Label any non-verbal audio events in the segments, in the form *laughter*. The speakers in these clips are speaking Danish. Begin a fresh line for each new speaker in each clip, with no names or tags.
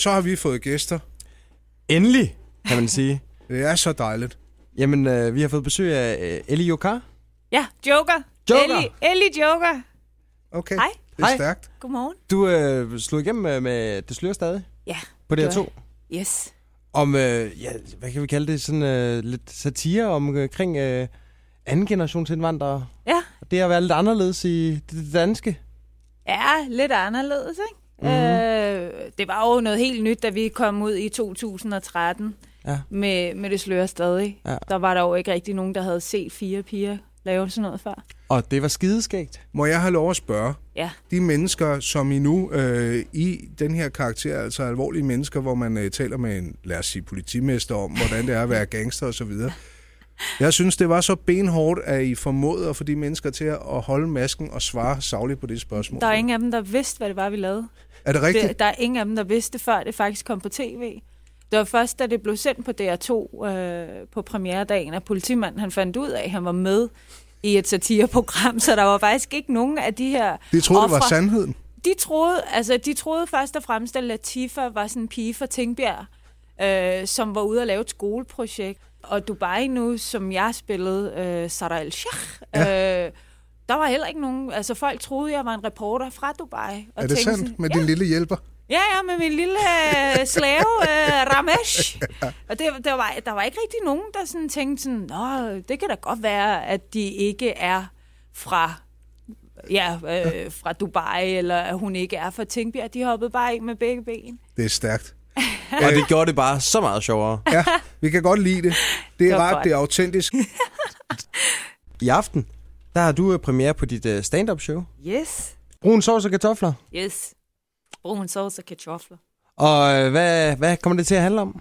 Så har vi fået gæster.
Endelig, kan man sige. *laughs*
Det er så dejligt.
Jamen, øh, vi har fået besøg af øh, Ellie Jokar.
Ja, Joker.
Joker.
Ellie, Ellie Joker.
Okay,
Hej.
det er
Hej.
stærkt.
Godmorgen.
Du øh, slog igennem øh, med Det slører stadig
Ja,
på
det
DR2.
Yes.
Om, øh, ja, hvad kan vi kalde det, sådan øh, lidt satire omkring øh, anden generations indvandrere.
Ja.
Og det at være lidt anderledes i det- det danske.
Ja, lidt anderledes, ikke?
Mhm.
Mm-hmm. Øh, det var jo noget helt nyt, da vi kom ud i 2013
Ja.
med, med det sløre stadig.
Ja.
Der var der jo ikke rigtig nogen, der havde set fire piger lave sådan noget før.
Og det var skideskægt.
Må jeg have lov at spørge?
Ja.
De mennesker, som I nu øh, i den her karakter, altså alvorlige mennesker, hvor man øh, taler med en, lad os sige, politimester om, hvordan det er at være gangster osv. Jeg synes, det var så benhårdt, at I formåede at få de mennesker til at holde masken og svare savligt på det spørgsmål.
Der er ingen af dem, der vidste, hvad det var, vi lavede.
Er det rigtigt?
Det, der er ingen af dem, der vidste det, før det faktisk kom på tv. Det var først, da det blev sendt på DR2 øh, på premieredagen, at politimanden han fandt ud af, at han var med i et satireprogram, så der var faktisk ikke nogen af de her
De troede, det var
ofre.
sandheden.
De troede, altså, de troede først og fremmest, at Latifa var sådan en pige fra Tingbjerg, øh, som var ude og lave et skoleprojekt. Og Dubai nu, som jeg spillede, øh, Sara El Sheikh, øh, der var heller ikke nogen... Altså, folk troede, jeg var en reporter fra Dubai. Og
Er det
tænkte
sandt?
Sådan,
Med din lille hjælper?
Ja, ja, med min lille øh, slave, øh, Ramesh. Og det, der, var, der var ikke rigtig nogen, der sådan tænkte sådan, Nå, det kan da godt være, at de ikke er fra, ja, øh, fra Dubai, eller at hun ikke er fra Tingbjerg. De hoppede bare ind med begge ben.
Det er stærkt.
Og det gjorde det bare så meget sjovere.
Ja, vi kan godt lide det.
*laughs*
Det er
var
rart,
godt.
det er autentisk.
I aften, der har du øh, premiere på dit øh, stand-up show.
Yes.
Brun sovs og kartofler.
Yes. Brun sovs og kartofler.
Og øh, hvad, hvad kommer det til at handle om?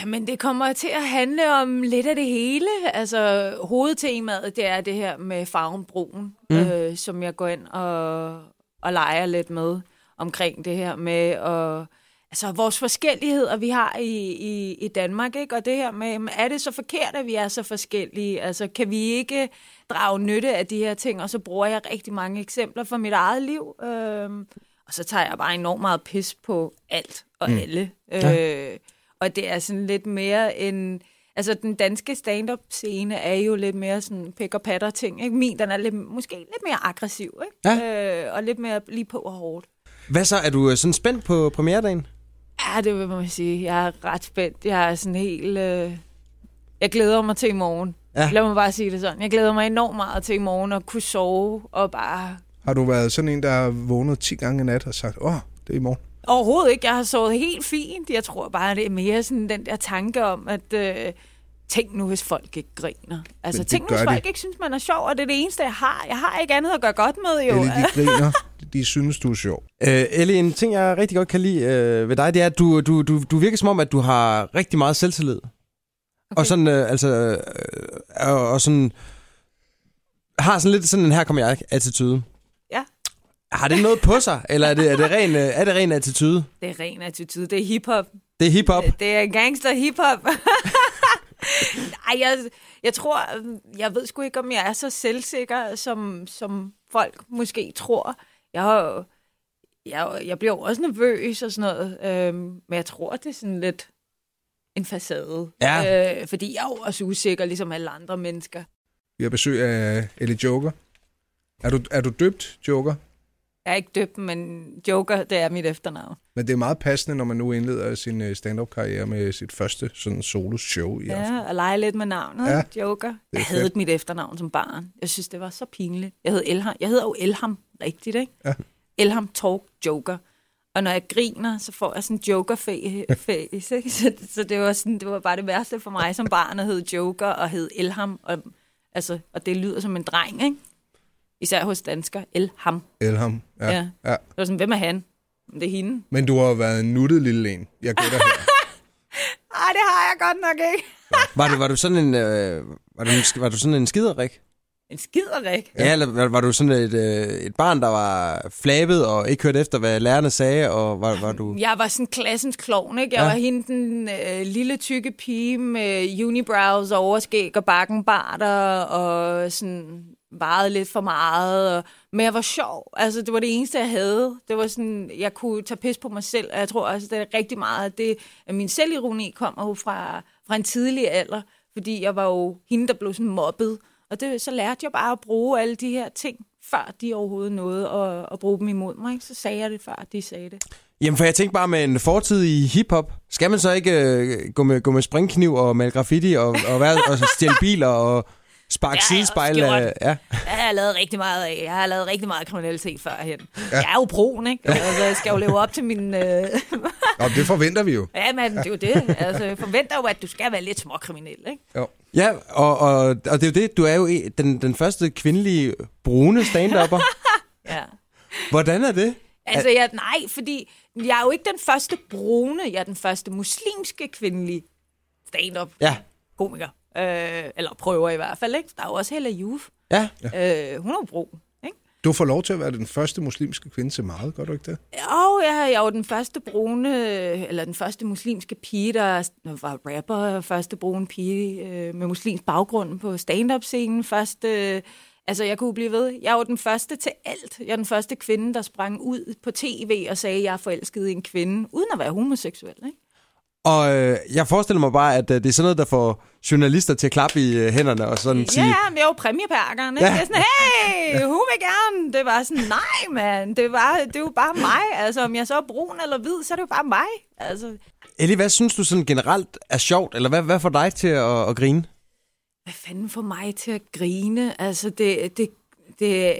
Jamen, det kommer til at handle om lidt af det hele. Altså, hovedtemaet, det er det her med farven brun, mm. øh, som jeg går ind og, og leger lidt med omkring det her med og, altså, vores forskelligheder, vi har i, i, i Danmark, ikke? og det her med, jamen, er det så forkert, at vi er så forskellige? Altså, kan vi ikke drage nytte af de her ting? Og så bruger jeg rigtig mange eksempler fra mit eget liv. Øh, og så tager jeg bare enormt meget pis på alt og mm. alle.
Ja.
Øh, og det er sådan lidt mere en... Altså, den danske stand-up-scene er jo lidt mere sådan pik og patter ting. Ikke? Min, den er lidt, måske lidt mere aggressiv, ikke? Ja. Øh, og lidt mere lige på og hårdt.
Hvad så? Er du øh, sådan spændt på premieredagen?
Ja, det vil man sige. Jeg er ret spændt. Jeg er sådan helt... Øh... Jeg glæder mig til i morgen.
Ja.
Ja. Lad mig bare sige det sådan. Jeg glæder mig enormt meget til i morgen at kunne sove og bare...
Har du været sådan en, der har vågnet 10 gange i nat og sagt, åh, det er i morgen?
Overhovedet ikke. Jeg har sovet helt fint. Jeg tror bare, det er mere sådan den der tanke om, at øh, tænk nu, hvis folk ikke griner. Altså,
det
tænk nu,
gør
hvis folk
de.
ikke synes, man er sjov, og det er det eneste, jeg har. Jeg har ikke andet at gøre godt med, jo.
Eller de griner, de synes, du er sjov.
Øh, Ellie, en ting, jeg rigtig godt kan lide øh, ved dig, det er, at du, du, du, du virker som om, at du har rigtig meget selvtillid. Okay. Og sådan, øh, altså, øh, og, og sådan, har sådan lidt sådan en her kommer jeg attitude.
Ja.
Har det noget på sig, eller er det, er det, ren, øh, er det ren attitude?
*laughs* Det er ren attitude. Det er hiphop.
Det er hiphop.
Øh, *laughs* Det er gangster hiphop. *laughs* Ej, jeg, jeg tror, øh, jeg ved sgu ikke, om jeg er så selvsikker, som, som folk måske tror. Jeg har jo- jeg, jeg bliver jo også nervøs og sådan noget, øhm, men jeg tror, det er sådan lidt en facade.
Ja.
Øh, fordi jeg er jo også usikker, ligesom alle andre mennesker.
Vi har besøg af Ellie Joker. Er du, er du døbt, Joker?
Jeg er ikke døbt, men Joker, det er mit efternavn.
Men det er meget passende, når man nu indleder sin øh, stand-up-karriere med sit første sådan solo-show i aften.
Ja, og lege lidt med navnet.
Ja.
Ja. Joker. Jeg
fedt.
havde ikke mit efternavn som barn. Jeg synes, det var så pinligt. Jeg hed Elham. Jeg hedder jo Elham rigtigt, ikke?
Ja.
Elham Talk Joker. Og når jeg griner, så får jeg sådan en joker-face, ikke? Så, så det, var sådan, det var bare det værste for mig som barn at hedde Joker og hed Elham. Og, altså, og det lyder som en dreng, ikke? Især hos danskere. Elham.
Elham. Ja. ja. ja.
Ja. Det var sådan, hvem er han? Det er hende.
Men du har jo været en nuttet lille en. Jeg gætter her.
Ej, det har jeg godt nok ikke.
Var du, var du sådan en, øh, var du, en- var du sådan en skiderik?
En skiderik.
Ja, eller var, var du sådan et, øh, et barn, der var flabet og ikke hørte efter, hvad lærerne sagde, og var, var du...
Jeg var sådan klassens klovn, ikke? Jeg
Ja.
ja. var hende den øh, lille tykke pige med unibrows og overskæg og bakkenbarter og sådan varede lidt for meget. Og, men jeg var sjov. Altså, det var det eneste, jeg havde. Det var sådan, jeg kunne tage pis på mig selv. Og jeg tror også, det er rigtig meget, at det, at min selvironi kommer jo fra, fra en tidlig alder. Fordi jeg var jo hende, der blev sådan mobbet. Og det, så lærte jeg bare at bruge alle de her ting, før de overhovedet nåede at, at bruge dem imod mig. Ikke? Så sagde jeg det, før de sagde det.
Jamen, for jeg tænkte bare med en fortid i hiphop, skal man så ikke øh, gå, med, gå med springkniv og male graffiti og, og, være, og stjæle biler og sparke
Det har jeg også
sidespejl?
gjort.
af- Ja.
Jeg har lavet rigtig meget af. Jeg har lavet rigtig meget kriminalitet førhen. Ja. Jeg er jo broen, ikke? Altså, jeg skal jo leve op til min... Øh... *laughs*
Nå, det forventer vi jo.
ja, men det er jo det. Altså, jeg forventer jo, at du skal være lidt småkriminel, ikke?
jo.
Ja, og, og, og det er jo det, du er jo en- den, den første kvindelige brune
*laughs*
stand-upper.
Ja.
Hvordan er det?
Altså, jeg, nej, fordi jeg er jo ikke den første brune. Jeg er den første muslimske kvindelige stand-up
Ja,
komiker. Øh, eller prøver i hvert fald, ikke? Der er jo også Hella Juf.
ja.
Øh, hun er jo brun, ikke?
Du får lov til at være den første muslimske kvinde til meget, gør du ikke det?
Og jeg er jo den første brune, eller den første muslimske pige, der var rapper, første brune pige øh, med muslimsk baggrund på stand-up-scenen. Første, altså, jeg kunne blive ved. Jeg er jo den første til alt. Jeg er den første kvinde, der sprang ud på tv og sagde, at jeg er forelsket i en kvinde, uden at være homoseksuel, ikke?
Og øh, jeg forestiller mig bare, at øh, det er sådan noget, der får journalister til at klappe i øh, hænderne og sådan
Ja,
sige...
ja, men jeg var præmiepærkeren, ikke?
Ja.
Ja. Jeg er sådan, hey, hun vil gerne. Det var sådan, nej, mand, det, var, det er jo bare mig. Altså, om jeg så er brun eller hvid, så er det jo bare mig. Altså,
Ellie, hvad synes du sådan generelt er sjovt? Eller hvad, hvad får dig til at, at grine?
Hvad fanden får mig til at grine? Altså, det... det, det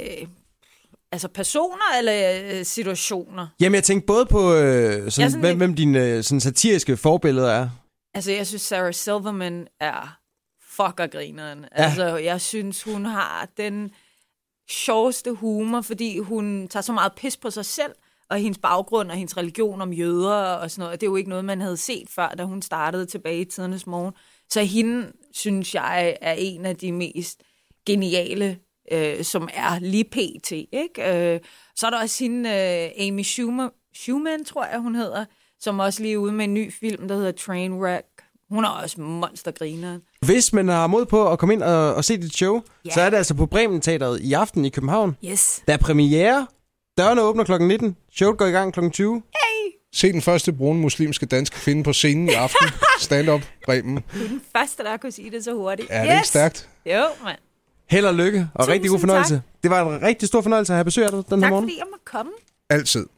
altså, personer eller øh, situationer?
Jamen, jeg tænkte både på, øh, sådan,
Jeg er
sådan
sådan
hvem,
lidt-
hvem dine øh, sådan satiriske forbilleder er.
Altså, jeg synes, Sarah Silverman er fuckergrineren. Ja.
Ja.
Altså, jeg synes, hun har den sjoveste humor, fordi hun tager så meget pis på sig selv, og hendes baggrund og hendes religion om jøder og sådan noget. Det er jo ikke noget, man havde set før, da hun startede tilbage i tidernes morgen. Så hende, synes jeg, er en af de mest geniale, øh, som er lige pt. Ikke? Øh, så er der også hende, øh, Amy Schumer, Schumann, tror jeg, hun hedder, som også lige er ude med en ny film, der hedder Trainwreck. Hun er også monstergrineren.
Hvis man har mod på at komme ind og, og se dit show,
Ja.
så er det altså på Bremen Teateret i aften i København.
Yes.
Der er premiere. Dørene åbner kl. 19. Showet går i gang kl. 20.
Se den første brune muslimske danske kvinde på scenen i aften. Stand-up, Bremen.
Den første, der kunne sige det så hurtigt.
Er yes. det ikke stærkt?
Jo, mand.
Held og lykke, og Tusind rigtig god
Tusind
fornøjelse.
tak.
Det var en rigtig stor fornøjelse at have besøg af dig den her
Tak
morgen.
fordi jeg måtte komme.
Altid.